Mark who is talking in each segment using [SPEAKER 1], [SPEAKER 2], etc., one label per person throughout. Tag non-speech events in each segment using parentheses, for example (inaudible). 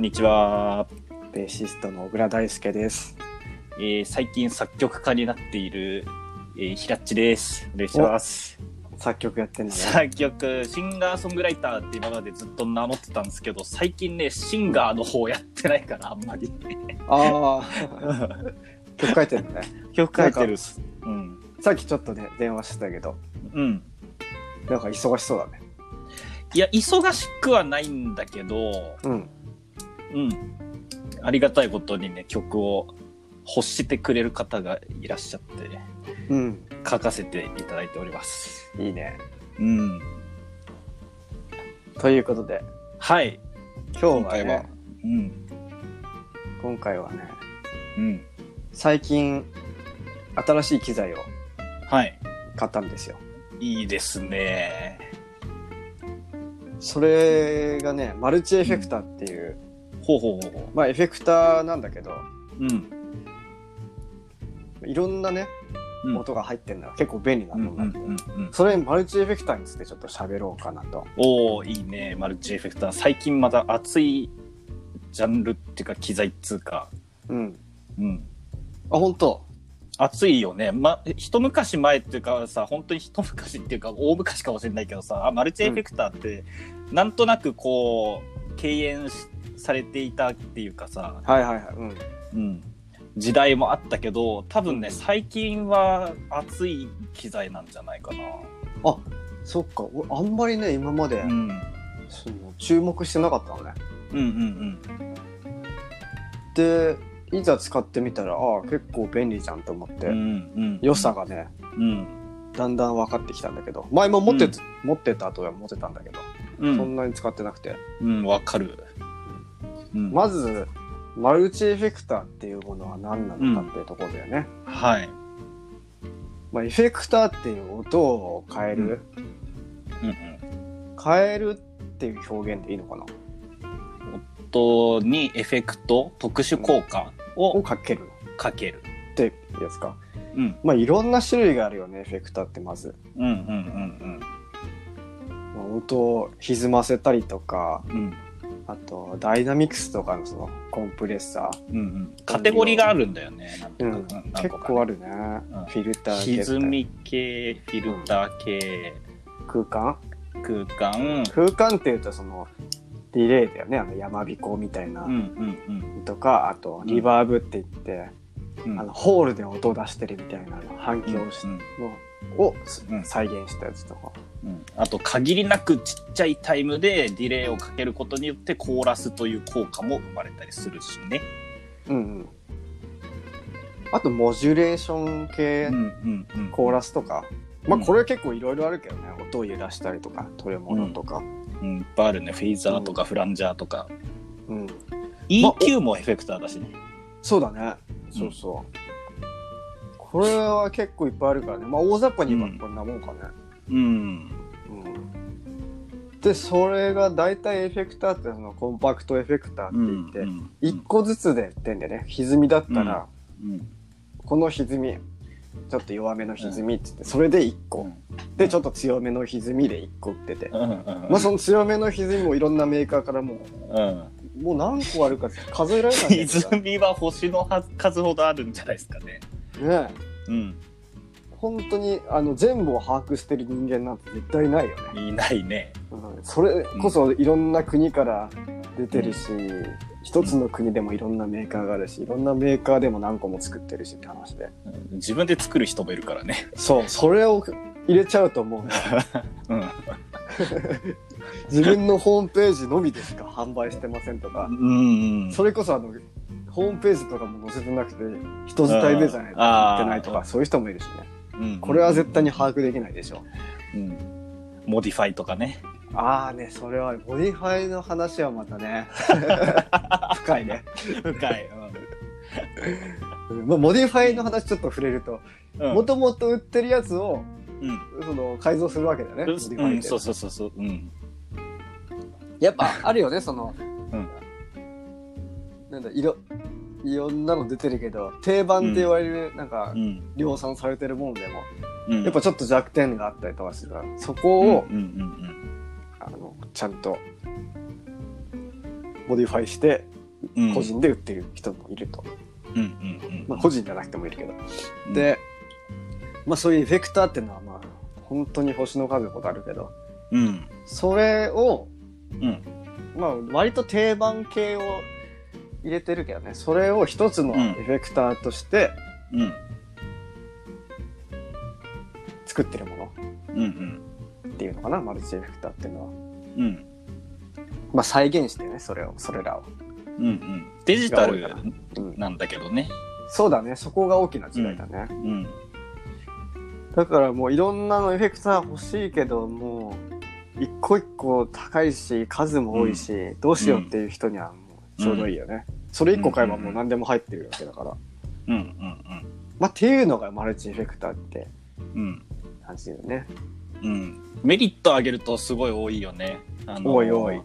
[SPEAKER 1] にちは、
[SPEAKER 2] ベーシストの小倉大輔です。
[SPEAKER 1] えー最近作曲家になっている、えー、ひらっちです。お願いします。
[SPEAKER 2] 作曲やってんだね。
[SPEAKER 1] 作曲、シンガーソングライターって今までずっと名乗ってたんですけど、最近ね、シンガーの方やってないから、あんまり。
[SPEAKER 2] ああ、 (laughs) 曲書いてるね。
[SPEAKER 1] 曲書いてるっす。うん。
[SPEAKER 2] さっきちょっとね、電話してたけど、
[SPEAKER 1] うん。
[SPEAKER 2] なんか忙しそうだね。
[SPEAKER 1] いや、忙しくはないんだけど、
[SPEAKER 2] うん。
[SPEAKER 1] うん。ありがたいことにね、曲を欲してくれる方がいらっしゃって、
[SPEAKER 2] うん。
[SPEAKER 1] 書かせていただいております。
[SPEAKER 2] いいね。
[SPEAKER 1] うん。
[SPEAKER 2] ということで、
[SPEAKER 1] はい。
[SPEAKER 2] 今日は
[SPEAKER 1] 今回は
[SPEAKER 2] ね、
[SPEAKER 1] うん。
[SPEAKER 2] 今回はね、
[SPEAKER 1] うん。
[SPEAKER 2] 最近、新しい機材を
[SPEAKER 1] はい。
[SPEAKER 2] 買ったんですよ。
[SPEAKER 1] いいですね。
[SPEAKER 2] それがね、マルチエフェクターっていう、
[SPEAKER 1] ほうほうほうほ
[SPEAKER 2] まあエフェクターなんだけど、
[SPEAKER 1] う。うん。
[SPEAKER 2] いろんなね、
[SPEAKER 1] うん。
[SPEAKER 2] 音が入ってるのが結構便利な
[SPEAKER 1] うん
[SPEAKER 2] もの
[SPEAKER 1] う
[SPEAKER 2] なん
[SPEAKER 1] ん
[SPEAKER 2] で、
[SPEAKER 1] うんうん。
[SPEAKER 2] それマルチエフェクターについてちょっと喋ろうかなと。
[SPEAKER 1] おおいいね。マルチエフェクター。最近また熱いジャンルっていうか機材っつうか。
[SPEAKER 2] うん。
[SPEAKER 1] うん。
[SPEAKER 2] あ、本当
[SPEAKER 1] 熱いよね。ま、一昔前っていうかさ、本当に一昔っていうか大昔かもしれないけどさ、あマルチエフェクターって、なんとなくこう、敬遠しされていたっていうかさ、
[SPEAKER 2] はいはいはい。うん。
[SPEAKER 1] うん、時代もあったけど多分ね最近は熱い機材なんじゃないかな、
[SPEAKER 2] そっか、俺あんまりね、今まで、
[SPEAKER 1] うん、
[SPEAKER 2] その注目してなかったのね。
[SPEAKER 1] うんうん
[SPEAKER 2] で、いざ使ってみたら、ああ、結構便利じゃんと思って、
[SPEAKER 1] うんうんうん
[SPEAKER 2] 良さがね、
[SPEAKER 1] うん
[SPEAKER 2] だんだん分かってきたんだけど、前も持ってた、持ってた後は持ってたんだけど、
[SPEAKER 1] う
[SPEAKER 2] そ
[SPEAKER 1] ん
[SPEAKER 2] んなに使ってなくて。
[SPEAKER 1] うんわかる、うん、
[SPEAKER 2] まず、マルチエフェクターっていうものは何なのかっていうところだよね。
[SPEAKER 1] はい、
[SPEAKER 2] まあ、エフェクターっていう音を変える、
[SPEAKER 1] うんうん、
[SPEAKER 2] 変えるっていう表現でいいのかな
[SPEAKER 1] とにエフェクト特殊効果
[SPEAKER 2] を
[SPEAKER 1] を
[SPEAKER 2] かける
[SPEAKER 1] かける、
[SPEAKER 2] ってやつか。
[SPEAKER 1] うん、
[SPEAKER 2] まあ、いろんな種類があるよね、エフェクターってまず。
[SPEAKER 1] うんうん
[SPEAKER 2] まあ音を歪ませたりとか
[SPEAKER 1] うんうん
[SPEAKER 2] あとダイナミクスとかのそのコンプレッサ
[SPEAKER 1] うんうんカテゴリーがあるんだよねなん
[SPEAKER 2] ー、
[SPEAKER 1] となく
[SPEAKER 2] 結構あ
[SPEAKER 1] る
[SPEAKER 2] るね、
[SPEAKER 1] ん
[SPEAKER 2] フィルター系
[SPEAKER 1] 歪み系フィルター系、
[SPEAKER 2] 空間
[SPEAKER 1] 空間
[SPEAKER 2] 空間っていうとそのディレイだよねあの山彦みたいな
[SPEAKER 1] うんうん
[SPEAKER 2] とか、あとリバーブって言って、
[SPEAKER 1] うんうん
[SPEAKER 2] あのホールで音を出してるみたいなの反響をし
[SPEAKER 1] うん
[SPEAKER 2] のをす
[SPEAKER 1] うん
[SPEAKER 2] 再現したやつとか、
[SPEAKER 1] うんあと限りなくちっちゃいタイムでディレイをかけることによってコーラスという効果も生まれたりするしね。
[SPEAKER 2] うんうん、あとモジュレーション系、
[SPEAKER 1] んうんうん
[SPEAKER 2] コーラスとか、まあ、
[SPEAKER 1] うん
[SPEAKER 2] これは結構いろいろあるけどね、音を揺らしたりとか取れ物とか、
[SPEAKER 1] うん、いっぱいあるね。フェイザーとかフランジャーとか。
[SPEAKER 2] うん
[SPEAKER 1] EQ もエフェクターだしね。
[SPEAKER 2] そうだねそうそう、これは結構いっぱいあるからねまあ大雑把に言えばこんなもんかね、
[SPEAKER 1] うん。
[SPEAKER 2] うんでそれが大体エフェクターってそのコンパクトエフェクターって
[SPEAKER 1] うん
[SPEAKER 2] 言って、
[SPEAKER 1] うん
[SPEAKER 2] 一個ずつでやってんだよね歪みだったら、
[SPEAKER 1] うん
[SPEAKER 2] この歪みちょっと弱めの歪みって言ってそれで1個、
[SPEAKER 1] うん
[SPEAKER 2] でちょっと強めの歪みで1個売ってて、
[SPEAKER 1] うんうん
[SPEAKER 2] まあその強めの歪みもいろんなメーカーからもう
[SPEAKER 1] うん。
[SPEAKER 2] もう何個あるか数えられない
[SPEAKER 1] (laughs)
[SPEAKER 2] んだけ
[SPEAKER 1] 歪みは星の数ほどあるんじゃないですかね。
[SPEAKER 2] どね
[SPEAKER 1] うん。
[SPEAKER 2] 本当にあの全部を把握してる人間なんて絶対ないよね、
[SPEAKER 1] いないね。
[SPEAKER 2] うんそれこそいろんな国から出てるし、一つの国でもいろんなメーカーがあるしいろんなメーカーでも何個も作ってるしって話で
[SPEAKER 1] うん自分で作る人もいるからね。
[SPEAKER 2] そうそれを入れちゃうと思う
[SPEAKER 1] うん。
[SPEAKER 2] 自分のホームページのみでしか販売してませんとか
[SPEAKER 1] うん。
[SPEAKER 2] それこそあのホームページとかも載せてなくて人伝いデザインやってないと
[SPEAKER 1] あ
[SPEAKER 2] かそういう人もいるしね
[SPEAKER 1] うん
[SPEAKER 2] これは絶対に把握できないでしょ
[SPEAKER 1] うん。モディファイとかね。
[SPEAKER 2] ああね、それは、モディファイの話はま
[SPEAKER 1] (laughs)
[SPEAKER 2] たね、深いね。
[SPEAKER 1] 深い。
[SPEAKER 2] うんまあ、モディファイの話ちょっと触れると、
[SPEAKER 1] うん。
[SPEAKER 2] もともと売ってるやつを、
[SPEAKER 1] うん。
[SPEAKER 2] その、改造するわけだよね、モディフ
[SPEAKER 1] う
[SPEAKER 2] ァイ
[SPEAKER 1] ん、
[SPEAKER 2] って
[SPEAKER 1] そうそうそうそう。うん。
[SPEAKER 2] やっぱ、あるよね、その、
[SPEAKER 1] うん
[SPEAKER 2] なんだ、いろ、いろんなの出てるけど、定番って言われる、なんか
[SPEAKER 1] う、ん。
[SPEAKER 2] 量産されてるものでも、
[SPEAKER 1] うん
[SPEAKER 2] やっぱちょっと弱点があったりとかするから、そこを、
[SPEAKER 1] うんうん
[SPEAKER 2] あの、ちゃんと、モディファイして、
[SPEAKER 1] うん
[SPEAKER 2] 個人で売ってる人もいると、
[SPEAKER 1] うんうんう
[SPEAKER 2] まあ、
[SPEAKER 1] ん
[SPEAKER 2] 個人じゃなくてもいるけど、
[SPEAKER 1] うん
[SPEAKER 2] で、まあ、そういうエフェクターっていうのはまあ本当に星の数ほどあるけど
[SPEAKER 1] うん
[SPEAKER 2] それを、
[SPEAKER 1] うん
[SPEAKER 2] まあ、割と定番系を入れてるけどねそれを一つの
[SPEAKER 1] うん
[SPEAKER 2] エフェクターとして
[SPEAKER 1] うん
[SPEAKER 2] 作ってるもの
[SPEAKER 1] うん
[SPEAKER 2] っていうのかなマルチエフェクターっていうのは、
[SPEAKER 1] うんうん
[SPEAKER 2] まあ、再現してねそれをそれらを、
[SPEAKER 1] うんうんデジタル
[SPEAKER 2] うん、
[SPEAKER 1] なんだけどね
[SPEAKER 2] そうだねそこが大きな違いだね、
[SPEAKER 1] うん
[SPEAKER 2] だからもういろんなのエフェクター欲しいけどもう一個一個高いし数も多いし、どうしようっていう人にはもうちょうどいいよね、それ一個買えばもう何でも入ってるわけだから、
[SPEAKER 1] うんうん
[SPEAKER 2] まあっていうのがマルチエフェクターって
[SPEAKER 1] うんうん
[SPEAKER 2] 感じだよね
[SPEAKER 1] うんメリット上げるとすごい多いよねあの
[SPEAKER 2] おいおい、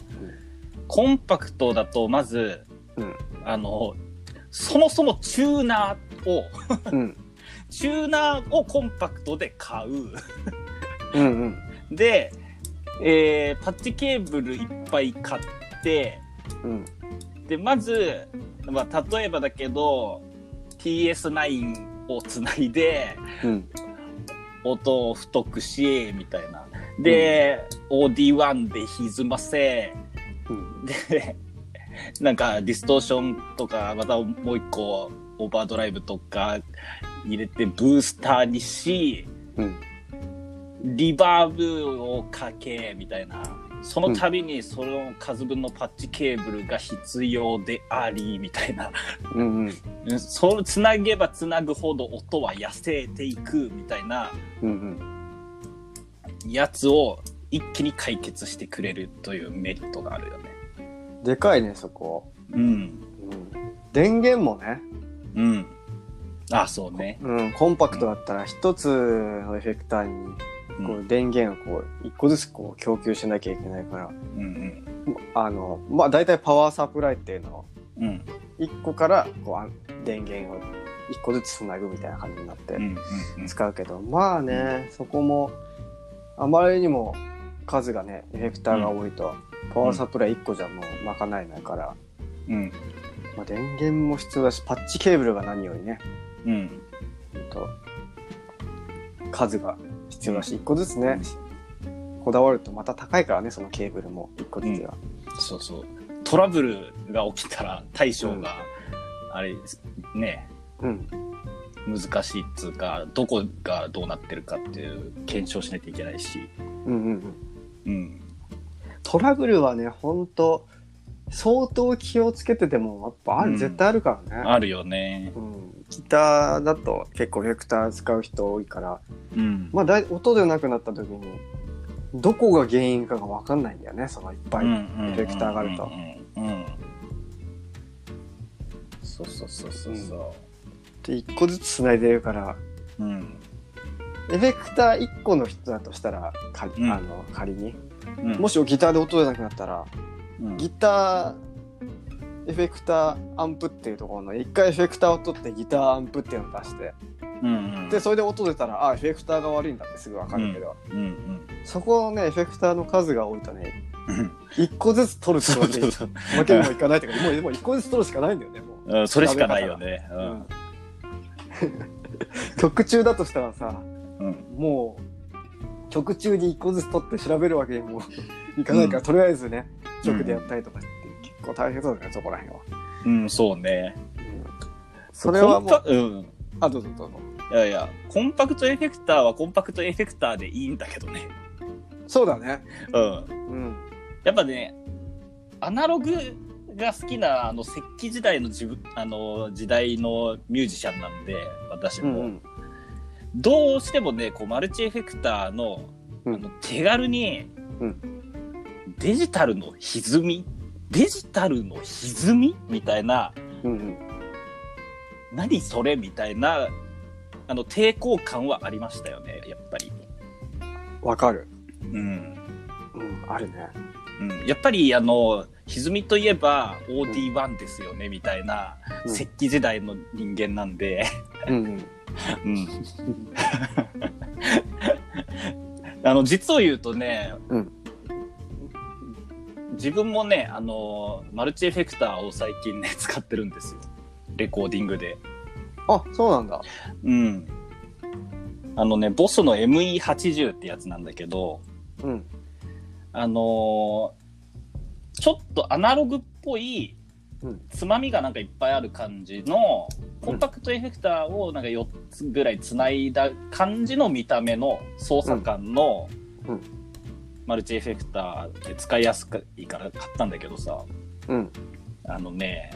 [SPEAKER 1] コンパクトだとまず、
[SPEAKER 2] うん
[SPEAKER 1] あのそもそもチューナーを
[SPEAKER 2] うん、
[SPEAKER 1] チューナーをコンパクトで買う
[SPEAKER 2] うんうん
[SPEAKER 1] で、えーパッチケーブルいっぱい買って
[SPEAKER 2] うん
[SPEAKER 1] でまず、まあ、例えばだけど TS9 をつないで
[SPEAKER 2] うん
[SPEAKER 1] 音を太くしみたいなで、OD1 で歪ませ
[SPEAKER 2] うん
[SPEAKER 1] でなんかディストーションとかまたもう一個オーバードライブとか入れてブースターにし
[SPEAKER 2] うん
[SPEAKER 1] リバーブをかけみたいなその度にその数分のパッチケーブルが必要でありみたいな
[SPEAKER 2] うんうん
[SPEAKER 1] うんそうつなげばつなぐほど音は痩せていくみたいな
[SPEAKER 2] うん
[SPEAKER 1] やつを一気に解決してくれるというメリットがあるよね。
[SPEAKER 2] うんでかいねそこ、
[SPEAKER 1] うん、
[SPEAKER 2] うん、電源もね、
[SPEAKER 1] うん、あそうね。
[SPEAKER 2] うん、コンパクトだったら一つのエフェクターに
[SPEAKER 1] うん
[SPEAKER 2] こう電源をこう一個ずつこう供給しなきゃいけないから
[SPEAKER 1] うん
[SPEAKER 2] あのまあ大体パワーサプライっていうのは
[SPEAKER 1] うんうん
[SPEAKER 2] 1個からこうあ電源を1個ずつつなぐみたいな感じになって
[SPEAKER 1] うんうん
[SPEAKER 2] 使うけど、まあね、そこもあまりにも数がねエフェクターが多いと、パワーサプライ1個じゃもう賄えないから、
[SPEAKER 1] うん
[SPEAKER 2] まあ、電源も必要だしパッチケーブルが何よりね
[SPEAKER 1] うん
[SPEAKER 2] ほんと数が必要だし1個ずつね、こだわるとまた高いからねそのケーブルも1個ずつが。
[SPEAKER 1] そうそうトラブルが起きたら対処が、あれね
[SPEAKER 2] うん
[SPEAKER 1] 難しいっつうかどこがどうなってるかっていう検証しないといけないし、
[SPEAKER 2] うんうんうん
[SPEAKER 1] うん、
[SPEAKER 2] トラブルはね、本当相当気をつけてても、やっぱある、
[SPEAKER 1] うん
[SPEAKER 2] 絶対あるからね。
[SPEAKER 1] あるよね。
[SPEAKER 2] うん、ギターだと結構エフェクター使う人多いから、
[SPEAKER 1] うん
[SPEAKER 2] まあだい、音でなくなった時に、どこが原因かがわかんないんだよね、そのいっぱい。
[SPEAKER 1] うん
[SPEAKER 2] エフェクターがあると。
[SPEAKER 1] うんうんうんうんそうそうそうそうそ
[SPEAKER 2] で、一個ずつ繋いでるから、
[SPEAKER 1] う。うん
[SPEAKER 2] エフェクター一個の人だとしたら、仮
[SPEAKER 1] うん
[SPEAKER 2] あの仮に。
[SPEAKER 1] うん
[SPEAKER 2] もしギターで音でなくなったら、
[SPEAKER 1] うん
[SPEAKER 2] ギター、エフェクター、アンプっていうところの、一回エフェクターを取ってギター、アンプっていうのを出して、
[SPEAKER 1] うん
[SPEAKER 2] でそれで音出たらあエフェクターが悪いんだってすぐ分かるけど、
[SPEAKER 1] うん
[SPEAKER 2] そこのねエフェクターの数が多いとね
[SPEAKER 1] うん
[SPEAKER 2] 一個ずつ取ると
[SPEAKER 1] そ
[SPEAKER 2] わ
[SPEAKER 1] う
[SPEAKER 2] け
[SPEAKER 1] (laughs) そうそう
[SPEAKER 2] 負けにもいかないとかもうもう一個ずつ取るしかないんだよねも
[SPEAKER 1] うんそれしかないよね。う
[SPEAKER 2] う、
[SPEAKER 1] ん
[SPEAKER 2] うん (laughs) 曲中だとしたらさ
[SPEAKER 1] うん
[SPEAKER 2] もう曲中に一個ずつ取って調べるわけに (laughs) もいかないから、とりあえずね曲でやったりとかって結構大変そうだねそこら辺は、
[SPEAKER 1] うん、そうね。
[SPEAKER 2] それはも
[SPEAKER 1] コン
[SPEAKER 2] う
[SPEAKER 1] パうん。
[SPEAKER 2] あどうぞどうぞ
[SPEAKER 1] いやいや、コンパクトエフェクターはコンパクトエフェクターでいいんだけどね。
[SPEAKER 2] そうだね
[SPEAKER 1] うん。
[SPEAKER 2] うん
[SPEAKER 1] やっぱね、アナログが好きな、あの、石器時代の自分、あの、時代のミュージシャンなんで、私
[SPEAKER 2] う
[SPEAKER 1] も。
[SPEAKER 2] んうん
[SPEAKER 1] どうしてもね、こう、マルチエフェクターの、
[SPEAKER 2] うん
[SPEAKER 1] あの手軽に、
[SPEAKER 2] う
[SPEAKER 1] デジタルの歪みデジタルの歪みみたいな、
[SPEAKER 2] うんうん
[SPEAKER 1] 何それみたいな、あの、抵抗感はありましたよね、やっぱり。
[SPEAKER 2] わかる
[SPEAKER 1] うん。
[SPEAKER 2] うんあるね
[SPEAKER 1] うん、やっぱりあの歪みといえば OD1 ですよね、みたいな
[SPEAKER 2] うん
[SPEAKER 1] 石器時代の人間なんで、
[SPEAKER 2] うんうん
[SPEAKER 1] うん、 (laughs) あの実を言うとね、
[SPEAKER 2] うん
[SPEAKER 1] 自分もね、あのーマルチエフェクターを最近ね、使ってるんですよ。レコーディングで。
[SPEAKER 2] あ、そうなんだ。
[SPEAKER 1] うん。あのね、ボスの ME80 ってやつなんだけど、
[SPEAKER 2] うん。
[SPEAKER 1] あのーちょっとアナログっぽい
[SPEAKER 2] うん、
[SPEAKER 1] つまみがなんかいっぱいある感じの、コンパクトエフェクターをなんか4つぐらいつないだ感じの見た目の操作感の
[SPEAKER 2] うんうん、
[SPEAKER 1] マルチエフェクターで使いやすいから買ったんだけどさ、
[SPEAKER 2] うん。
[SPEAKER 1] あのね、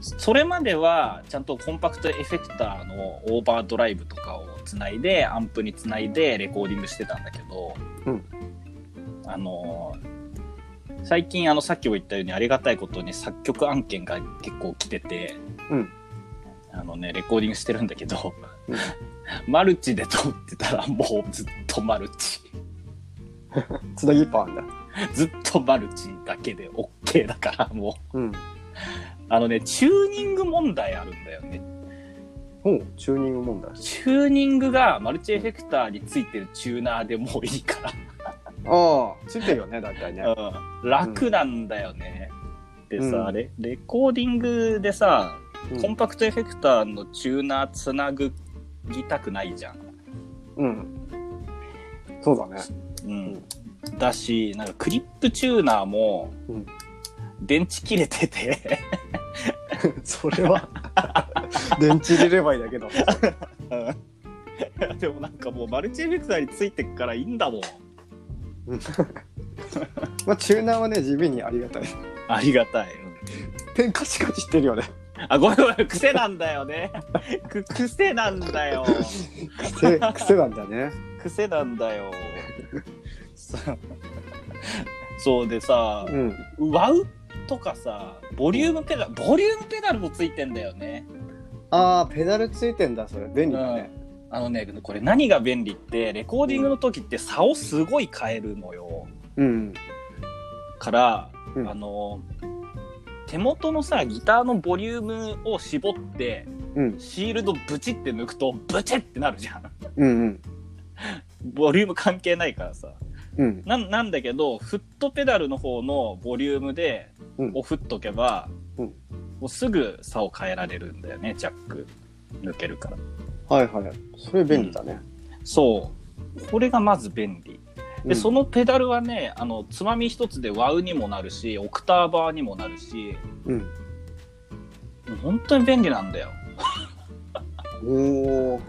[SPEAKER 1] それまではちゃんとコンパクトエフェクターのオーバードライブとかをつないで、アンプにつないでレコーディングしてたんだけど、
[SPEAKER 2] うん
[SPEAKER 1] あの、最近あのさっきも言ったようにありがたいことに作曲案件が結構来てて、
[SPEAKER 2] うん
[SPEAKER 1] あのね、レコーディングしてるんだけど、 (laughs)
[SPEAKER 2] うん
[SPEAKER 1] マルチで撮ってたらもうずっとマルチ。
[SPEAKER 2] つなぎっぱあんだ。
[SPEAKER 1] ずっとマルチだけで OK だからもう。
[SPEAKER 2] うん。
[SPEAKER 1] あのね、チューニング問題あるんだよね。
[SPEAKER 2] ほう、チューニング問題。
[SPEAKER 1] チューニングがマルチエフェクターについてるチューナーでもういいか
[SPEAKER 2] ああ、ついてるよね、大体ね。
[SPEAKER 1] ら、うん、楽なんだよね。でさ、
[SPEAKER 2] うん
[SPEAKER 1] レ、レコーディングでさ、
[SPEAKER 2] うん
[SPEAKER 1] コンパクトエフェクターのチューナーつなぐぎたくないじゃん。
[SPEAKER 2] うん。そうだね。
[SPEAKER 1] うん。だし、なんかクリップチューナーも
[SPEAKER 2] うん、
[SPEAKER 1] 電池切れてて、
[SPEAKER 2] (laughs) それは、 (laughs) 電池入れればいいだけど。
[SPEAKER 1] うん (laughs) でもなんかもうマルチエフェクターについてっからいいんだもん。
[SPEAKER 2] まあ、チューナーはね、地味にありがたい。 (laughs)
[SPEAKER 1] ありがたい。うん
[SPEAKER 2] 点カチカチしてるよね。 (laughs)
[SPEAKER 1] あ、ごめんごめん、癖なんだよね。 (laughs) く、癖なんだよ。
[SPEAKER 2] 癖、癖なんだね。
[SPEAKER 1] 癖なんだよ。そうそうでさ、
[SPEAKER 2] うん。
[SPEAKER 1] ワウとかさ、ボリュームペダル、ボリュームペダルもついてんだよね。
[SPEAKER 2] ああ、ペダルついてんだ、それ。便利だね。
[SPEAKER 1] あのね、これ何が便利って、レコーディングの時って差をすごい変えるのよ。
[SPEAKER 2] うん。
[SPEAKER 1] から、
[SPEAKER 2] うん
[SPEAKER 1] あの、手元のさ、ギターのボリュームを絞って、
[SPEAKER 2] うん。
[SPEAKER 1] シールドブチって抜くと、ブチってなるじゃん。
[SPEAKER 2] うん。うん。
[SPEAKER 1] ボリューム関係ないからさ。
[SPEAKER 2] うん。
[SPEAKER 1] なんなんだけどフットペダルの方のボリュームで、
[SPEAKER 2] うん
[SPEAKER 1] を振っとけば、
[SPEAKER 2] うん
[SPEAKER 1] もうすぐ差を変えられるんだよねジャック抜けるから
[SPEAKER 2] はいはい。それ便利だね。
[SPEAKER 1] そうこれがまず便利で、
[SPEAKER 2] うん
[SPEAKER 1] そのペダルはねあのつまみ一つでワウにもなるしオクターバーにもなるし
[SPEAKER 2] うん。
[SPEAKER 1] もう本当に便利なんだよ、
[SPEAKER 2] おお。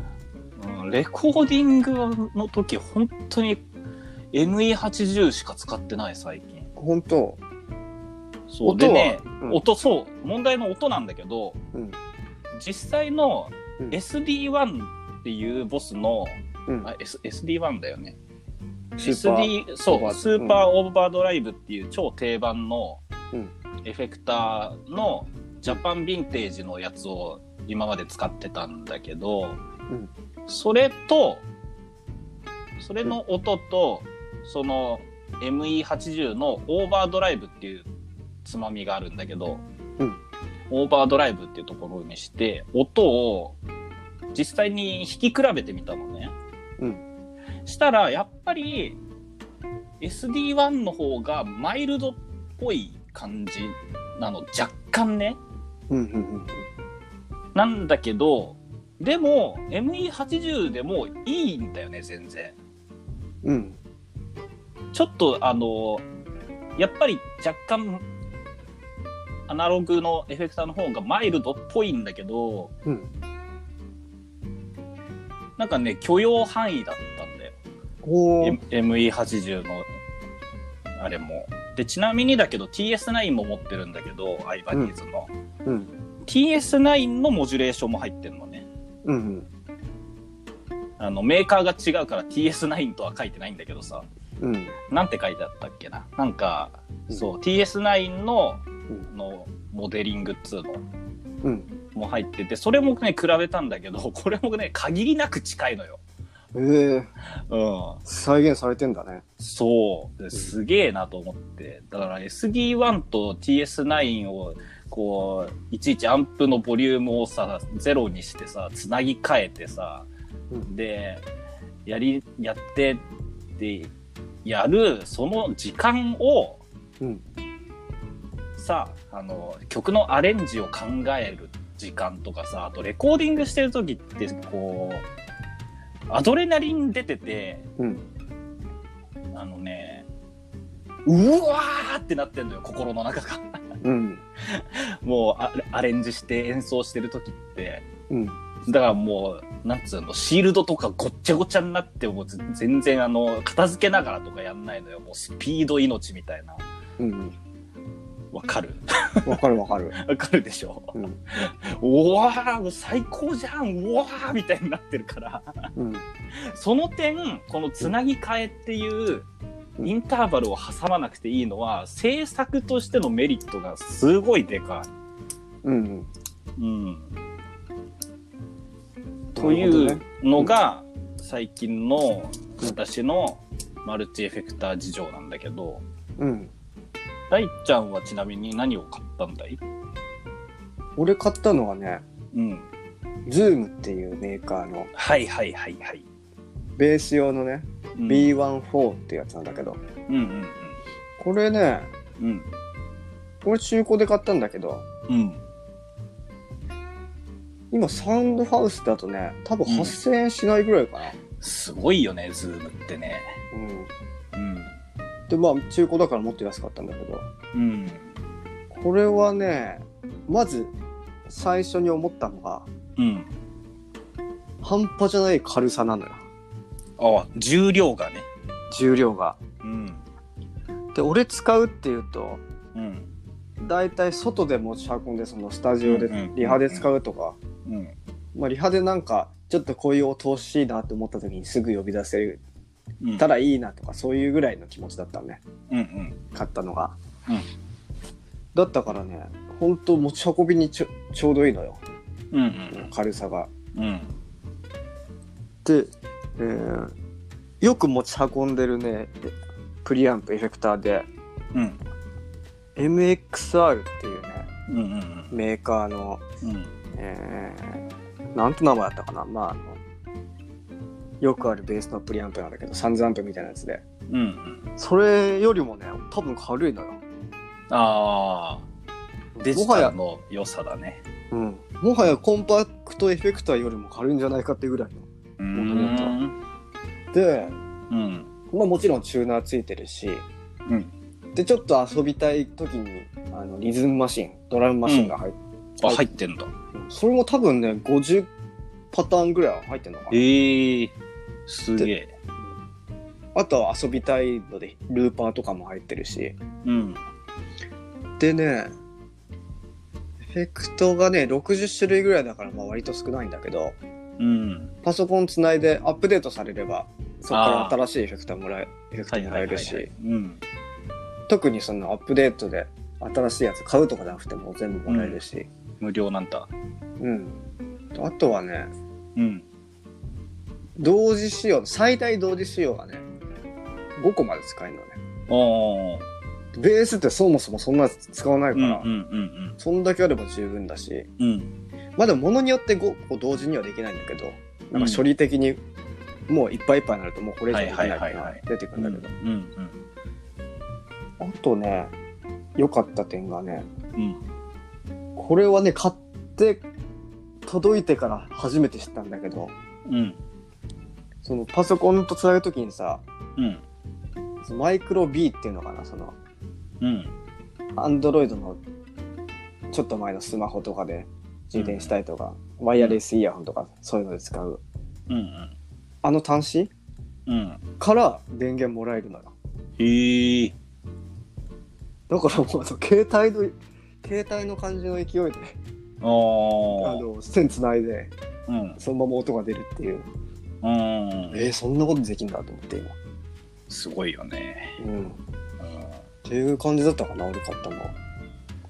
[SPEAKER 1] うん、レコーディングの時本当に ME80 しか使ってない最近
[SPEAKER 2] 本当。
[SPEAKER 1] そう
[SPEAKER 2] 音
[SPEAKER 1] で
[SPEAKER 2] は
[SPEAKER 1] ね、
[SPEAKER 2] うん
[SPEAKER 1] 音そう問題の音なんだけど、
[SPEAKER 2] うん
[SPEAKER 1] 実際の
[SPEAKER 2] うん
[SPEAKER 1] SD1 っていうボスの、
[SPEAKER 2] うん。
[SPEAKER 1] あ S- SD1 だよね
[SPEAKER 2] スーパー
[SPEAKER 1] SD そ
[SPEAKER 2] オーバー
[SPEAKER 1] うスーパーオーバードライブっていう超定番の
[SPEAKER 2] うん
[SPEAKER 1] エフェクターのジャパンヴィンテージのやつを今まで使ってたんだけど、
[SPEAKER 2] ん
[SPEAKER 1] それとそれの音とその ME80 のオーバードライブっていうつまみがあるんだけど、
[SPEAKER 2] うん
[SPEAKER 1] オーバードライブっていうところにして音を実際に弾き比べてみたのね。
[SPEAKER 2] うん
[SPEAKER 1] したらやっぱり SD1 の方がマイルドっぽい感じなの若干ね。
[SPEAKER 2] うんうんうん。
[SPEAKER 1] なんだけどでも ME80 でもいいんだよね全然。
[SPEAKER 2] うん。
[SPEAKER 1] ちょっとあのやっぱり若干アナログのエフェクターの方がマイルドっぽいんだけど、
[SPEAKER 2] うん
[SPEAKER 1] なんかね許容範囲だったんだよ、
[SPEAKER 2] おお。
[SPEAKER 1] M- ME80 のあれもでちなみにだけど TS9 も持ってるんだけどアイバニーズの、
[SPEAKER 2] うん。
[SPEAKER 1] TS9 のモジュレーションも入ってるのね
[SPEAKER 2] うん。
[SPEAKER 1] あのメーカーが違うから TS9 とは書いてないんだけどさ
[SPEAKER 2] うん。
[SPEAKER 1] なんて書いてあったっけななんか、
[SPEAKER 2] うん
[SPEAKER 1] そう TS9 の,、
[SPEAKER 2] ん
[SPEAKER 1] のモデリングっつうの
[SPEAKER 2] うん。
[SPEAKER 1] も入っててそれもね比べたんだけどこれもね限りなく近いのよ。
[SPEAKER 2] ええ。
[SPEAKER 1] うん、
[SPEAKER 2] 再現されてんだね。
[SPEAKER 1] そうですげえなと思ってだから SD1 と TS9 をこういちいちアンプのボリュームをさゼロにしてさつなぎ替えてさ
[SPEAKER 2] うん。
[SPEAKER 1] でやりやってってやるその時間を、
[SPEAKER 2] うん
[SPEAKER 1] さあの曲のアレンジを考える時間とかさあとレコーディングしてる時ってこうアドレナリン出てて
[SPEAKER 2] うん。
[SPEAKER 1] あのねうわーってなってんのよ心の中が (laughs)
[SPEAKER 2] うん。
[SPEAKER 1] もうあアレンジして演奏してる時って
[SPEAKER 2] うん。
[SPEAKER 1] だからもうなんつうのシールドとかごっちゃごちゃになってもうぜ全然あの片付けながらとかやんないのよもうスピード命みたいな
[SPEAKER 2] うん。
[SPEAKER 1] わかる (laughs)
[SPEAKER 2] わかるわかる。
[SPEAKER 1] わかるでしょ、
[SPEAKER 2] う
[SPEAKER 1] うんわー最高じゃんうわーみたいになってるから
[SPEAKER 2] うん。
[SPEAKER 1] その点このつなぎ替えっていう
[SPEAKER 2] うん
[SPEAKER 1] インターバルを挟まなくていいのは制作としてのメリットがすごいでか
[SPEAKER 2] うん。
[SPEAKER 1] い。うん、
[SPEAKER 2] なるほど
[SPEAKER 1] と
[SPEAKER 2] ね
[SPEAKER 1] いうのが最近の私のマルチエフェクター事情なんだけど
[SPEAKER 2] うん。
[SPEAKER 1] 大ちゃんはちなみに何を買ったんだい、
[SPEAKER 2] 俺買ったのはね、
[SPEAKER 1] うん、
[SPEAKER 2] ズームっていうメーカーの
[SPEAKER 1] はいはいはいはい。
[SPEAKER 2] ベース用のね、
[SPEAKER 1] うん、
[SPEAKER 2] B14 っていうやつなんだけど、
[SPEAKER 1] うんうん
[SPEAKER 2] これね、
[SPEAKER 1] うんうん
[SPEAKER 2] 俺中古で買ったんだけど、
[SPEAKER 1] うん
[SPEAKER 2] 今サウンドハウスだとね、多分8000円しないぐらいかな。
[SPEAKER 1] すごいよねズームってね。
[SPEAKER 2] うん。
[SPEAKER 1] うん
[SPEAKER 2] で、まあ中古だからもっと安かったんだけど、
[SPEAKER 1] うん
[SPEAKER 2] これはね、まず最初に思ったのが、
[SPEAKER 1] うん
[SPEAKER 2] 半端じゃない軽さなのよ。
[SPEAKER 1] ああ重量がね。
[SPEAKER 2] 重量が。
[SPEAKER 1] うん
[SPEAKER 2] で、俺使うっていうと、
[SPEAKER 1] うん
[SPEAKER 2] だいたい外で持ち運んで、そのスタジオで
[SPEAKER 1] うんうんうん、
[SPEAKER 2] リハで使うとか、
[SPEAKER 1] うん
[SPEAKER 2] まあリハでなんか、ちょっとこういう音欲しいなって思った時にすぐ呼び出せる
[SPEAKER 1] うん
[SPEAKER 2] たらいいなとか、そういうぐらいの気持ちだったのね。
[SPEAKER 1] うんうん
[SPEAKER 2] 買ったのが。
[SPEAKER 1] うん
[SPEAKER 2] だったからね、ほんと持ち運びにちょちょうどいいのよ。
[SPEAKER 1] うんうん
[SPEAKER 2] 軽さが。
[SPEAKER 1] うん
[SPEAKER 2] で、えーよく持ち運んでるね、プリアンプ、エフェクターで、
[SPEAKER 1] うん
[SPEAKER 2] MXR っていうね、
[SPEAKER 1] うんうん
[SPEAKER 2] メーカーの、
[SPEAKER 1] うん
[SPEAKER 2] えーなんと名前だったかな、まあ、あの、よくあるベースのプリアンプなんだけど、サンズアンプみたいなやつで。
[SPEAKER 1] うんうん
[SPEAKER 2] それよりもね、多分軽いのよ。
[SPEAKER 1] ああデジ
[SPEAKER 2] もは
[SPEAKER 1] タ
[SPEAKER 2] や
[SPEAKER 1] ル、の良さだね。
[SPEAKER 2] うん。もはやコンパクトエフェクターよりも軽いんじゃないかっていうぐらいの。
[SPEAKER 1] う
[SPEAKER 2] 本当だ
[SPEAKER 1] ん
[SPEAKER 2] で、
[SPEAKER 1] うん
[SPEAKER 2] まあもちろんチューナーついてるし、
[SPEAKER 1] うん
[SPEAKER 2] で、ちょっと遊びたい時に、あの、リズムマシン、ドラムマシンが入って、
[SPEAKER 1] あ入ってんだ。
[SPEAKER 2] それも多分ね、50パターンぐらいは入ってんのかな。
[SPEAKER 1] ええすげえ。
[SPEAKER 2] あとは遊びたいので、ルーパーとかも入ってるし。
[SPEAKER 1] うん
[SPEAKER 2] でね、エフェクトがね、60種類ぐらいだから、まあ割と少ないんだけど、
[SPEAKER 1] うん
[SPEAKER 2] パソコンつないでアップデートされれば、そこから
[SPEAKER 1] あー
[SPEAKER 2] 新しいエフェクターもらえ、エフェクタ
[SPEAKER 1] は
[SPEAKER 2] ー
[SPEAKER 1] い
[SPEAKER 2] も
[SPEAKER 1] は
[SPEAKER 2] らえ
[SPEAKER 1] いは
[SPEAKER 2] る
[SPEAKER 1] いは
[SPEAKER 2] し
[SPEAKER 1] い、。うん
[SPEAKER 2] 特にそのアップデートで新しいやつ買うとかじゃなくても全部もらえるし、
[SPEAKER 1] 無料なんだ。
[SPEAKER 2] うん。あとはね、
[SPEAKER 1] うん
[SPEAKER 2] 同時使用、最大同時使用がね、5個まで使えるのね。
[SPEAKER 1] おー
[SPEAKER 2] ベースってそもそもそんな使わない
[SPEAKER 1] うん
[SPEAKER 2] か
[SPEAKER 1] うん
[SPEAKER 2] ら、
[SPEAKER 1] うん
[SPEAKER 2] そんだけあれば十分だし、
[SPEAKER 1] うんうん
[SPEAKER 2] まあでも物によって5個同時にはできないんだけど、なんか処理的にもういっぱいいっぱいになるともうこれ以上できないか
[SPEAKER 1] はいはいはい
[SPEAKER 2] ら
[SPEAKER 1] はい
[SPEAKER 2] 出てく
[SPEAKER 1] うん
[SPEAKER 2] る
[SPEAKER 1] うん
[SPEAKER 2] だけど、
[SPEAKER 1] ん
[SPEAKER 2] あとね、良かった点がね、
[SPEAKER 1] うん
[SPEAKER 2] これはね、買って届いてから初めて知ったんだけど、
[SPEAKER 1] うん
[SPEAKER 2] そのパソコンとつなぐときにさ、
[SPEAKER 1] うん
[SPEAKER 2] そのマイクロ B っていうのかな、その、
[SPEAKER 1] うん
[SPEAKER 2] アンドロイドのちょっと前のスマホとかで充電したいとか、ワイヤレスイヤホンとかそういうので使う、
[SPEAKER 1] うん
[SPEAKER 2] あの端子
[SPEAKER 1] うん
[SPEAKER 2] から電源もらえるのよ。
[SPEAKER 1] へえ
[SPEAKER 2] だからもうあの携帯の、携帯の感じの勢いで、
[SPEAKER 1] あ
[SPEAKER 2] あ
[SPEAKER 1] あ
[SPEAKER 2] の、線つないで、
[SPEAKER 1] うん
[SPEAKER 2] そのまま音が出るっていう。
[SPEAKER 1] うん
[SPEAKER 2] えー、そんなことできんだと思って今。
[SPEAKER 1] すごいよね。
[SPEAKER 2] うん。
[SPEAKER 1] う
[SPEAKER 2] っ
[SPEAKER 1] ん
[SPEAKER 2] ていう感じだったかな、俺買ったのは。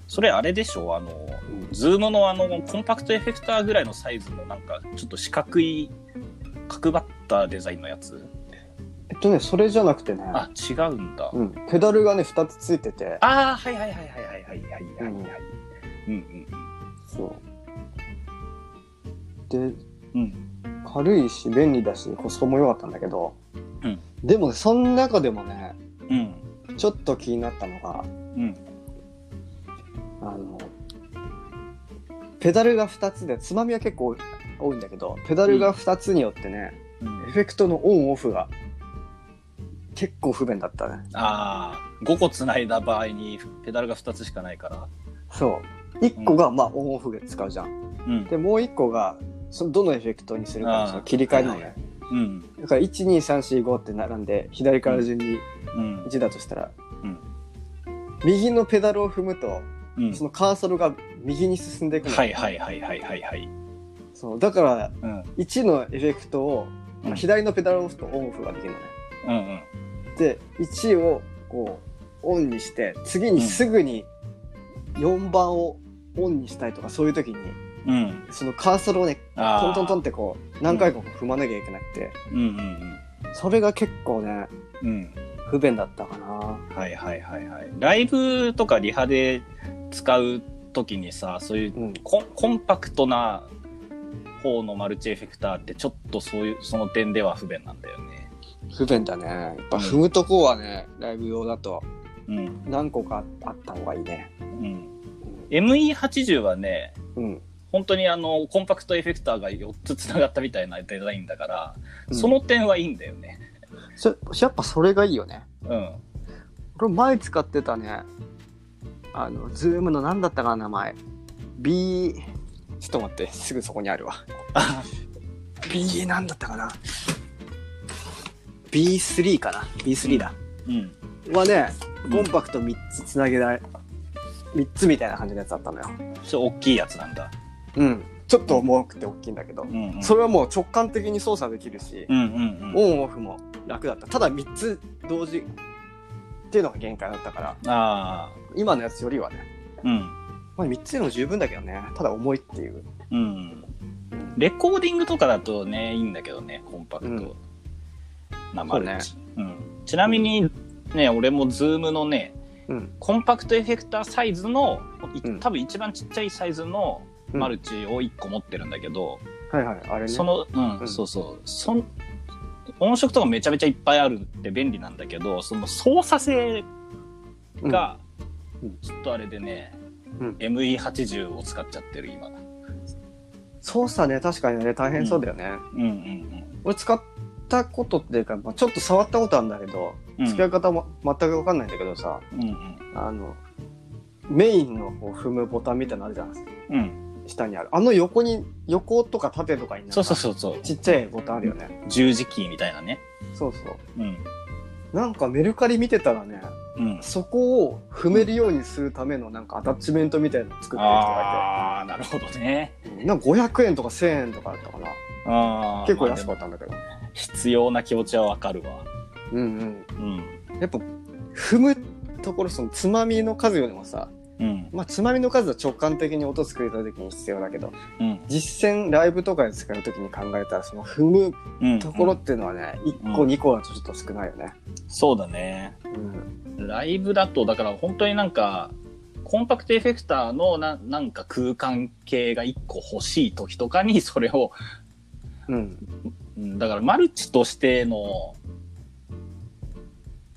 [SPEAKER 1] それあれでしょあの
[SPEAKER 2] うん
[SPEAKER 1] ズームのあのコンパクトエフェクターぐらいのサイズのなんかちょっと四角い角張ったデザインのやつ
[SPEAKER 2] えっとね、それじゃなくてね、
[SPEAKER 1] あ違うんだ、
[SPEAKER 2] うん、ペダルがね、2つついてて、
[SPEAKER 1] ああはいはいはいはいはいはいはいはいはいうん
[SPEAKER 2] そう。で、
[SPEAKER 1] うんうん
[SPEAKER 2] 買軽いし便利だしコストも良かったんだけど、
[SPEAKER 1] うん
[SPEAKER 2] でもその中でもね
[SPEAKER 1] うん。
[SPEAKER 2] ちょっと気になったのが
[SPEAKER 1] うん。
[SPEAKER 2] あのペダルが2つでつまみは結構多いんだけどペダルが2つによってね、
[SPEAKER 1] うん
[SPEAKER 2] エフェクトのオンオフが結構不便だったね
[SPEAKER 1] ああ、5個つないだ場合にペダルが2つしかないから。
[SPEAKER 2] そう1個がまあオンオフで使うじゃん、
[SPEAKER 1] うん。
[SPEAKER 2] でもう1個がそのどのエフェクトにするか
[SPEAKER 1] あ
[SPEAKER 2] の
[SPEAKER 1] ー
[SPEAKER 2] その切り替えなのね、
[SPEAKER 1] はいうん。
[SPEAKER 2] だから12345って並んで左から順に
[SPEAKER 1] うん。
[SPEAKER 2] 1だとしたら、
[SPEAKER 1] うん
[SPEAKER 2] 右のペダルを踏むと
[SPEAKER 1] うん。
[SPEAKER 2] そのカーソルが右に進んでいくの、
[SPEAKER 1] はいはいはいはいはいはい。
[SPEAKER 2] そうだから
[SPEAKER 1] うん。
[SPEAKER 2] 1のエフェクトを、
[SPEAKER 1] うん
[SPEAKER 2] 左のペダルを押すとオンオフができるのね
[SPEAKER 1] うんうん。
[SPEAKER 2] で1をこうオンにして次にすぐに4番をオンにしたいとかそういう時に
[SPEAKER 1] うん。
[SPEAKER 2] そのカーソルをね
[SPEAKER 1] ああ。
[SPEAKER 2] トントントンってこう何回かこう踏まなきゃいけなくて、
[SPEAKER 1] うんうん
[SPEAKER 2] それが結構ね
[SPEAKER 1] うん。うん。
[SPEAKER 2] 不便だったかな
[SPEAKER 1] はいはいはいはい。ライブとかリハで使うときにさ、そういう
[SPEAKER 2] うん
[SPEAKER 1] コンコンパクトな方のマルチエフェクターってちょっとそういう、その点では不便なんだよね。
[SPEAKER 2] 不便だねやっぱ踏むとこはねライブ用だと
[SPEAKER 1] うん。
[SPEAKER 2] 何個かあった方がいいね
[SPEAKER 1] うん。ME80 はね、
[SPEAKER 2] うん、
[SPEAKER 1] 本当にあの、コンパクトエフェクターが4つつながったみたいなデザインだから、
[SPEAKER 2] うん
[SPEAKER 1] その点はいいんだよね。
[SPEAKER 2] そやっぱそれがいいよね (laughs)
[SPEAKER 1] うん。
[SPEAKER 2] これ前使ってたねあのズームの何だったかな名前 B ちょっと待ってすぐそこにあるわ B 何だったかな B3 かな B3 だ、
[SPEAKER 1] うん。
[SPEAKER 2] はね
[SPEAKER 1] うん
[SPEAKER 2] コンパクト3つつなげられ3つみたいな感じのやつだったのよ
[SPEAKER 1] ちょっと大きいやつなんだ。
[SPEAKER 2] うんちょっと重くて大きいんだけど、
[SPEAKER 1] うん、うん。
[SPEAKER 2] それはもう直感的に操作できるし、
[SPEAKER 1] うんうんうん。
[SPEAKER 2] オンオフも楽だったただ3つ同時っていうのが限界だったから
[SPEAKER 1] ああ。
[SPEAKER 2] 今のやつよりはね
[SPEAKER 1] うん。
[SPEAKER 2] まあ、3つでも十分だけどねただ重いっていう
[SPEAKER 1] うん。レコーディングとかだとね、いいんだけどね、コンパクトなマルチ。うんちなみにね、俺もズームのね、
[SPEAKER 2] うん
[SPEAKER 1] コンパクトエフェクターサイズの、い
[SPEAKER 2] うん
[SPEAKER 1] 多分一番ちっちゃいサイズのマルチを1個持ってるんだけど、
[SPEAKER 2] はいはいあれね
[SPEAKER 1] その、うん、
[SPEAKER 2] うん
[SPEAKER 1] そうそう、そん音色とかめちゃめちゃいっぱいあるって便利なんだけど、その操作性が
[SPEAKER 2] うん、
[SPEAKER 1] ちょっとあれでね、
[SPEAKER 2] うん
[SPEAKER 1] ME80 を使っちゃってる今。
[SPEAKER 2] 操作ね確かにね大変そうだよね、
[SPEAKER 1] うんうん
[SPEAKER 2] 俺使ったことっていうか、まあ、ちょっと触ったことあるんだけど、
[SPEAKER 1] うん。
[SPEAKER 2] 付き合い方も全く分かんないんだけどさ
[SPEAKER 1] うんうん
[SPEAKER 2] あのメインのこう踏むボタンみたいなのあるじゃん
[SPEAKER 1] うん。うん
[SPEAKER 2] 下にあるあの横に横とか縦とかになんか
[SPEAKER 1] そうそうそうそう
[SPEAKER 2] ちっちゃいボタンあるよね、
[SPEAKER 1] 十字キーみたいなね
[SPEAKER 2] そうそう
[SPEAKER 1] うん
[SPEAKER 2] なんかメルカリ見てたらね
[SPEAKER 1] うん
[SPEAKER 2] そこを踏めるようにするためのなんかアタッチメントみたいなの作ってる人が
[SPEAKER 1] ああなるほどね
[SPEAKER 2] いて、なんか500円とか1000円とかだったかな
[SPEAKER 1] あー
[SPEAKER 2] 結構安か
[SPEAKER 1] まあ
[SPEAKER 2] っ
[SPEAKER 1] でも
[SPEAKER 2] たんだけど、
[SPEAKER 1] 必要な気持ちはわかるわ
[SPEAKER 2] うん
[SPEAKER 1] うん
[SPEAKER 2] うんやっぱ踏むところそのつまみの数よりもさ
[SPEAKER 1] うん
[SPEAKER 2] まあつまみの数は直感的に音作れた時に必要だけど
[SPEAKER 1] うん
[SPEAKER 2] 実践ライブとかで使う時に考えたらその踏む
[SPEAKER 1] うん
[SPEAKER 2] ところ
[SPEAKER 1] う
[SPEAKER 2] っ
[SPEAKER 1] ん
[SPEAKER 2] ていうのはね
[SPEAKER 1] うん
[SPEAKER 2] 1個2個だとちょっと少ないよね、
[SPEAKER 1] そうだね
[SPEAKER 2] うん、
[SPEAKER 1] ライブだとだから本当になんかコンパクトエフェクターのななんか空間系が一個欲しい時とかにそれを
[SPEAKER 2] うん、
[SPEAKER 1] うんだからマルチとしての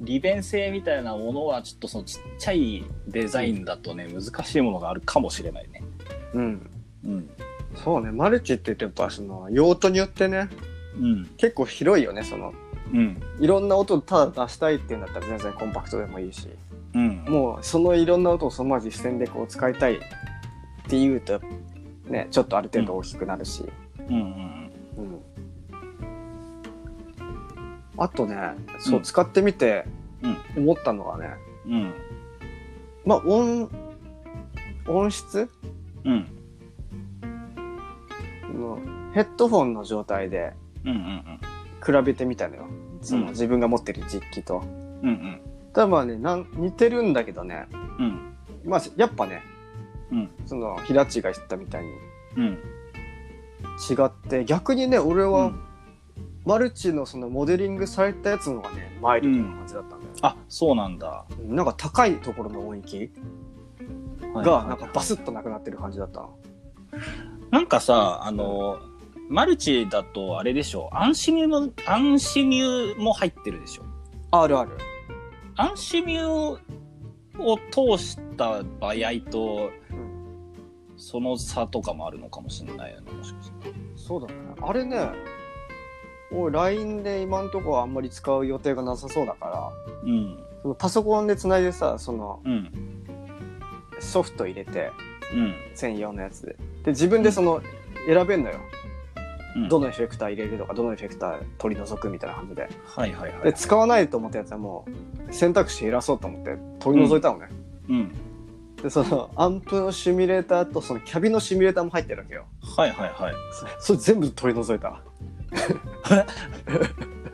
[SPEAKER 1] 利便性みたいなものはちょっとそのちっちゃいデザインだとね難しいものがあるかもしれないね。
[SPEAKER 2] うん、
[SPEAKER 1] うん。
[SPEAKER 2] そうねマルチって言ってやっぱその用途によってね
[SPEAKER 1] うん。
[SPEAKER 2] 結構広いよねその
[SPEAKER 1] うん。
[SPEAKER 2] いろんな音をただ出したいっていうんだったら全然コンパクトでもいいし
[SPEAKER 1] うん。
[SPEAKER 2] もうそのいろんな音をそのまま実践でこう使いたいっていうとねちょっとある程度大きくなるし、
[SPEAKER 1] うん。うん。
[SPEAKER 2] うんあとねそう
[SPEAKER 1] うん
[SPEAKER 2] 使ってみて
[SPEAKER 1] うん
[SPEAKER 2] 思ったのがね、
[SPEAKER 1] うん。
[SPEAKER 2] まあ音音質
[SPEAKER 1] うん。
[SPEAKER 2] のヘッドフォンの状態で
[SPEAKER 1] うん。うん。
[SPEAKER 2] 比べてみたのよそうの
[SPEAKER 1] ん
[SPEAKER 2] 自分が持ってる実機
[SPEAKER 1] う
[SPEAKER 2] と。
[SPEAKER 1] ん。うん。
[SPEAKER 2] ただまあねなん似てるんだけどね、
[SPEAKER 1] うん。
[SPEAKER 2] まあ、やっぱね
[SPEAKER 1] うん。
[SPEAKER 2] その平地が言ったみたいに
[SPEAKER 1] うん。
[SPEAKER 2] 違って逆にね俺はマルチのそのモデリングされたやつのがねマイルドな感じだったんだよね、
[SPEAKER 1] あ、そうなんだ。
[SPEAKER 2] なんか高いところの音域
[SPEAKER 1] はい
[SPEAKER 2] がなんかバスッとなくなってる感じだったの
[SPEAKER 1] なんかさ、あの、マルチだとあれでしょアンシミュもアンシミュも入ってるでしょ
[SPEAKER 2] あるある。
[SPEAKER 1] アンシミュを通した場合と
[SPEAKER 2] うん、
[SPEAKER 1] その差とかもあるのかもしれないよねもしかして
[SPEAKER 2] そうだね。あれね、俺 LINE で今んとこはあんまり使う予定がなさそうだか
[SPEAKER 1] う
[SPEAKER 2] ら、
[SPEAKER 1] ん
[SPEAKER 2] そのパソコンでつないでさ、その
[SPEAKER 1] うん
[SPEAKER 2] ソフト入れて、
[SPEAKER 1] うん
[SPEAKER 2] 専用のやつで。で、自分でその選べんのよ。
[SPEAKER 1] うん
[SPEAKER 2] どのエフェクター入れるとか、どのエフェクター取り除くみたいな感じで。
[SPEAKER 1] はいはいは
[SPEAKER 2] で、
[SPEAKER 1] い
[SPEAKER 2] 使わないと思ったやつはもう選択肢減らそうと思って取り除いたのね。
[SPEAKER 1] うん
[SPEAKER 2] でそのアンプのシミュレーターとそのキャビのシミュレーターも入ってるわけよ
[SPEAKER 1] はいはいはい
[SPEAKER 2] そそれ全部取り除いた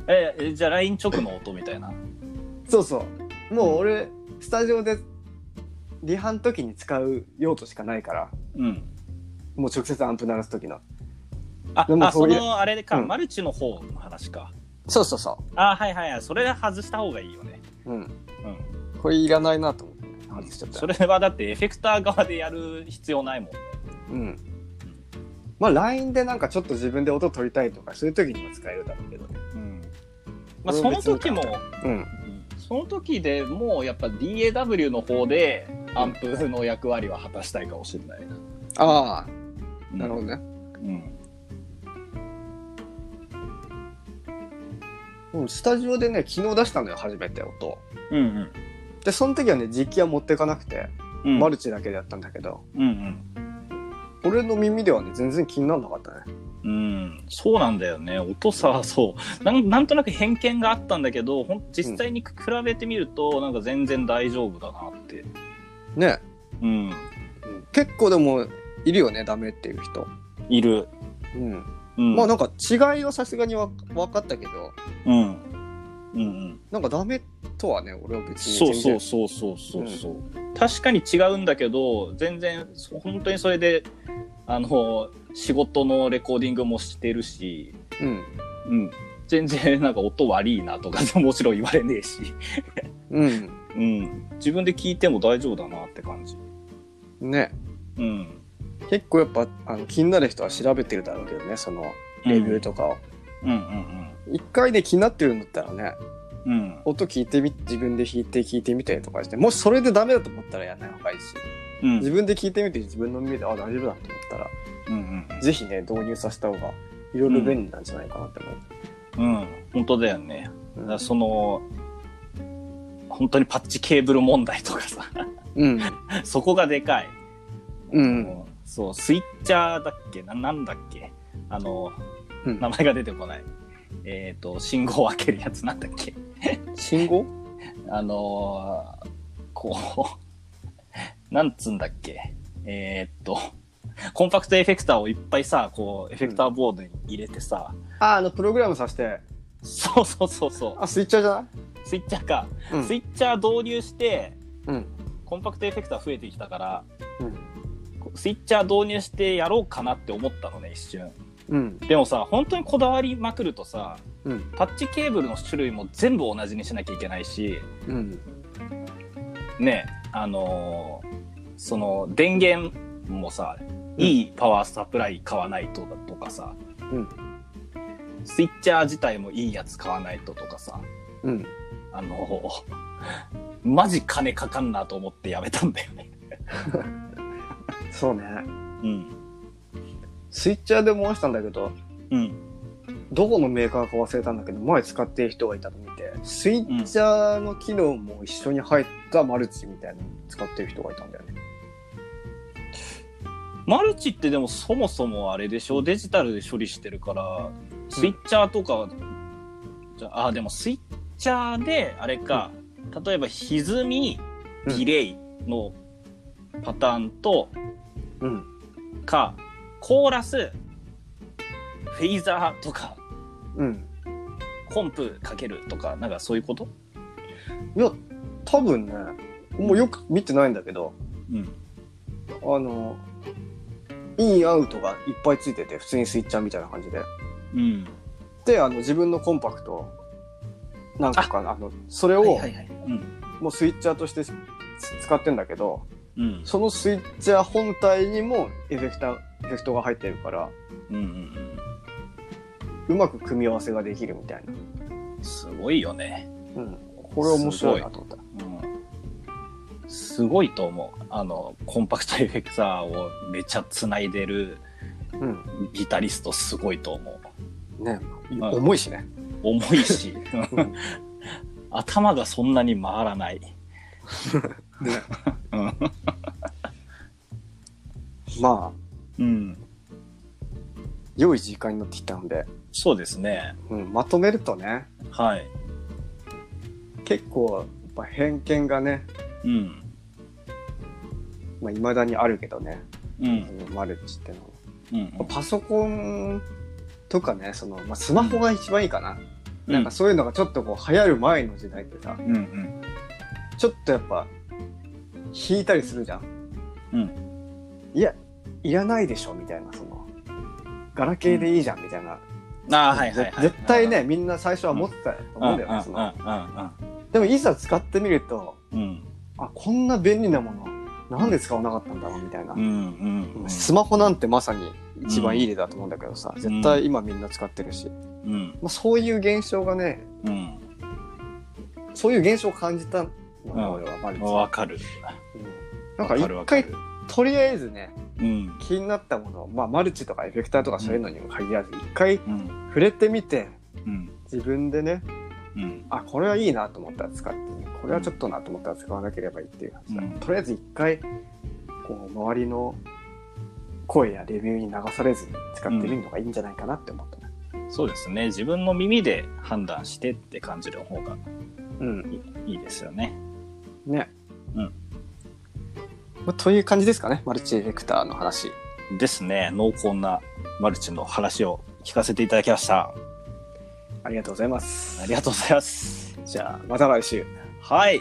[SPEAKER 1] ええじゃあ LINE 直の音みたいな
[SPEAKER 2] そうそうもう俺スタジオでリハの時に使う用途しかないから
[SPEAKER 1] うん
[SPEAKER 2] もう直接アンプ鳴らす時の
[SPEAKER 1] あ
[SPEAKER 2] でも
[SPEAKER 1] あ
[SPEAKER 2] そ
[SPEAKER 1] そう
[SPEAKER 2] いう
[SPEAKER 1] のあれか、
[SPEAKER 2] うん
[SPEAKER 1] マルチの方の話か
[SPEAKER 2] そうそうそ
[SPEAKER 1] あはいはいはいそれ外した方がいいよね
[SPEAKER 2] ううんこれいらないなと思ってね外しちゃった
[SPEAKER 1] それはだってエフェクター側でやる必要ないもんね
[SPEAKER 2] うんまあ LINE でなんかちょっと自分で音取りたいとかそういう時にも使えるだろうけどね
[SPEAKER 1] まあ、その時も
[SPEAKER 2] うん
[SPEAKER 1] その時でもうやっぱ DAW の方でアンプの役割は果たしたいかもしれないな、
[SPEAKER 2] ああなるほどね
[SPEAKER 1] うん
[SPEAKER 2] うんスタジオでね昨日出したのよ初めて音
[SPEAKER 1] うん
[SPEAKER 2] でその時はね実機は持ってかなくて
[SPEAKER 1] うん
[SPEAKER 2] マルチだけでやったんだけど、
[SPEAKER 1] うん
[SPEAKER 2] 俺の耳ではね全然気にならなかったね
[SPEAKER 1] うんうん、そうなんだよね音さそうなんなんとなく偏見があったんだけどほん実際に比べてみるとなんか全然大丈夫だなって、
[SPEAKER 2] ね、
[SPEAKER 1] うん、
[SPEAKER 2] 結構でもいるよねダメっていう人、
[SPEAKER 1] いる、
[SPEAKER 2] うん
[SPEAKER 1] うん、
[SPEAKER 2] まあなんか違いはさすがにわ分かったけど
[SPEAKER 1] うんうんうん
[SPEAKER 2] なんかダメとはね俺は別に
[SPEAKER 1] そ
[SPEAKER 2] 全
[SPEAKER 1] うそ
[SPEAKER 2] 然
[SPEAKER 1] うそうそうそうそう、確かに違うんだけど全然そ本当にそれであの仕事のレコーディングもしてるし、
[SPEAKER 2] うん
[SPEAKER 1] うん、全然なんか音悪いなとかもちろん言われねえし、
[SPEAKER 2] うん
[SPEAKER 1] うん、自分で聞いても大丈夫だなって感じ、
[SPEAKER 2] ね
[SPEAKER 1] うん、
[SPEAKER 2] 結構やっぱあの気になる人は調べてるだろうけどねそのレビューとかを、
[SPEAKER 1] うんうん
[SPEAKER 2] 一回ね気になってるんだったらね
[SPEAKER 1] うんうん
[SPEAKER 2] 音聞いてみ自分で弾いて聞いてみてとかしてもしそれでダメだと思ったらやんない方がいいし
[SPEAKER 1] うん
[SPEAKER 2] 自分で聞いてみて自分の耳であ大丈夫だと思ったら
[SPEAKER 1] うん
[SPEAKER 2] ぜひね、導入させた方が、いろいろ便利なんじゃないかなって思う。
[SPEAKER 1] うんうん本当だよねだ
[SPEAKER 2] う
[SPEAKER 1] か
[SPEAKER 2] ん
[SPEAKER 1] らその本当にパッチケーブル問題とかさ
[SPEAKER 2] うん。
[SPEAKER 1] そこがでかい
[SPEAKER 2] うん。
[SPEAKER 1] そう、スイッチャーだっけな、なんだっけあの、
[SPEAKER 2] うん
[SPEAKER 1] 名前が出てこない。えっ、と、信号を開けるやつなんだっけ
[SPEAKER 2] 信号
[SPEAKER 1] あのーこう、なんつんだっけえっ、と、コンパクトエフェクターをいっぱいさ、こう、エフェクターボードに入れてさ、
[SPEAKER 2] あ、あの、プログラムさせて。
[SPEAKER 1] そうそうそうそ
[SPEAKER 2] あ、スイッチャーじゃ
[SPEAKER 1] う、スイッチャーか。
[SPEAKER 2] ない
[SPEAKER 1] スイッチャー導入して、
[SPEAKER 2] うん。
[SPEAKER 1] コンパクトエフェクター増えてきたから、
[SPEAKER 2] うん
[SPEAKER 1] こうスイッチャー導入してやろうかなって思ったのね、一瞬。
[SPEAKER 2] うん。
[SPEAKER 1] でもさ本当にこだわりまくるとさ
[SPEAKER 2] うん。
[SPEAKER 1] パッチケーブルの種類も全部同じにしなきゃいけないし
[SPEAKER 2] うん。
[SPEAKER 1] ねあのーその電源もさいいパワーサプライ買わないとだとかさ、
[SPEAKER 2] うん
[SPEAKER 1] スイッチャー自体もいいやつ買わないととかさ
[SPEAKER 2] うん。
[SPEAKER 1] あのーマジ金かかんなと思ってやめたんだよね。
[SPEAKER 2] そうね。
[SPEAKER 1] うん
[SPEAKER 2] スイッチャーでもしたんだけど、
[SPEAKER 1] うん
[SPEAKER 2] どこのメーカーか忘れたんだけど、前使ってる人がいたの見て、スイッチャーの機能も一緒に入ったマルチみたいなの使ってる人がいたんだよね。
[SPEAKER 1] マルチってでもそもそもあれでしょデジタルで処理してるからスイッチャーとか、じゃああでもスイッチャーであれか、例えば歪み
[SPEAKER 2] う
[SPEAKER 1] デ
[SPEAKER 2] ん
[SPEAKER 1] ィレイのパターンと
[SPEAKER 2] うん。
[SPEAKER 1] かコーラスフェイザーとか
[SPEAKER 2] うん。
[SPEAKER 1] コンプかけるとかなんかそういうこと
[SPEAKER 2] いや、多分ね、もうよく見てないんだけど、
[SPEAKER 1] うん
[SPEAKER 2] あの、インアウトがいっぱいついてて、普通にスイッチャーみたいな感じで。
[SPEAKER 1] うん
[SPEAKER 2] で、あの、自分のコンパクト、なんかかな、あの、それを、
[SPEAKER 1] はいうん
[SPEAKER 2] もうスイッチャーとしてつ使ってんだけど、
[SPEAKER 1] うん
[SPEAKER 2] そのスイッチャー本体にもエフェクター、エフェクトが入ってるから、
[SPEAKER 1] うんうん
[SPEAKER 2] うまく組み合わせができるみたいな。
[SPEAKER 1] すごいよね。
[SPEAKER 2] うん。これ面白いなと思った。
[SPEAKER 1] うん。すごいと思う。あの、コンパクトエフェクターをめちゃ繋いでる
[SPEAKER 2] うん。
[SPEAKER 1] ギタリストすごいと思う。
[SPEAKER 2] ね、
[SPEAKER 1] ん
[SPEAKER 2] 重いしね。
[SPEAKER 1] 重いし、
[SPEAKER 2] うん
[SPEAKER 1] 頭がそんなに回ら
[SPEAKER 2] (laughs)
[SPEAKER 1] ない。うん
[SPEAKER 2] まあ、
[SPEAKER 1] うん。
[SPEAKER 2] 良い時間になってきたので、
[SPEAKER 1] そうですね。
[SPEAKER 2] うん、まとめるとね、
[SPEAKER 1] はい。
[SPEAKER 2] 結構、やっぱ偏見がね、
[SPEAKER 1] うん。
[SPEAKER 2] まあ、未だにあるけどね、
[SPEAKER 1] う
[SPEAKER 2] そ
[SPEAKER 1] ん。
[SPEAKER 2] のマルチってのは。
[SPEAKER 1] うん。
[SPEAKER 2] パソコンとかね、その、まあ、スマホが一番いいかな。
[SPEAKER 1] うん
[SPEAKER 2] なんかそういうのがちょっとこう流行る前の時代ってさ、
[SPEAKER 1] うんうん。
[SPEAKER 2] ちょっとやっぱ、引いたりするじゃん。
[SPEAKER 1] うん。
[SPEAKER 2] いや、いらないでしょ、みたいな、その、ガラケーでいいじゃん、みたいな。
[SPEAKER 1] ああ、はいはいはい。
[SPEAKER 2] 絶対ね、みんな最初は持ってたと
[SPEAKER 1] うん。
[SPEAKER 2] 思
[SPEAKER 1] う
[SPEAKER 2] うん
[SPEAKER 1] ん
[SPEAKER 2] だ
[SPEAKER 1] う
[SPEAKER 2] よね、その。
[SPEAKER 1] ん
[SPEAKER 2] でもいざ使ってみると、
[SPEAKER 1] うん
[SPEAKER 2] あ、こんな便利なもの、なんで使わなかったんだろう、みたいな
[SPEAKER 1] うん。う。んうん。
[SPEAKER 2] スマホなんてまさに一番いい例だと思うんだけどさ、絶対今みんな使ってるし、
[SPEAKER 1] うん
[SPEAKER 2] まあ、そういう現象がね、
[SPEAKER 1] うん。
[SPEAKER 2] そういう現象を感じたの
[SPEAKER 1] うん
[SPEAKER 2] よ、俺はマルチ。
[SPEAKER 1] わかる。
[SPEAKER 2] うん
[SPEAKER 1] わ
[SPEAKER 2] なんか
[SPEAKER 1] かる
[SPEAKER 2] 一
[SPEAKER 1] わか
[SPEAKER 2] 回
[SPEAKER 1] る。
[SPEAKER 2] とりあえずね
[SPEAKER 1] うん。
[SPEAKER 2] 気になったもの、まあ、マルチとかエフェクターとかそういうのにも限らず一回
[SPEAKER 1] うん。
[SPEAKER 2] 触れてみて
[SPEAKER 1] うん。
[SPEAKER 2] 自分でね
[SPEAKER 1] うん。
[SPEAKER 2] あこれはいいなと思ったら使ってねこれはちょっとなと思ったら使わなければいいっていう感じだ、
[SPEAKER 1] うん
[SPEAKER 2] とりあえず一回こう周りの声やレビューに流されずに使ってみるのがいいんじゃないかなって思ったね、
[SPEAKER 1] そうですね。自分の耳で判断してって感じる方が
[SPEAKER 2] うん
[SPEAKER 1] いいですよね。
[SPEAKER 2] ね、
[SPEAKER 1] うん
[SPEAKER 2] まあ、という感じですかねマルチエフェクターの話
[SPEAKER 1] ですね。濃厚なマルチの話を聞かせていただきました。
[SPEAKER 2] ありがとうございます
[SPEAKER 1] ありがとうございます。
[SPEAKER 2] じゃあまた来週
[SPEAKER 1] はい。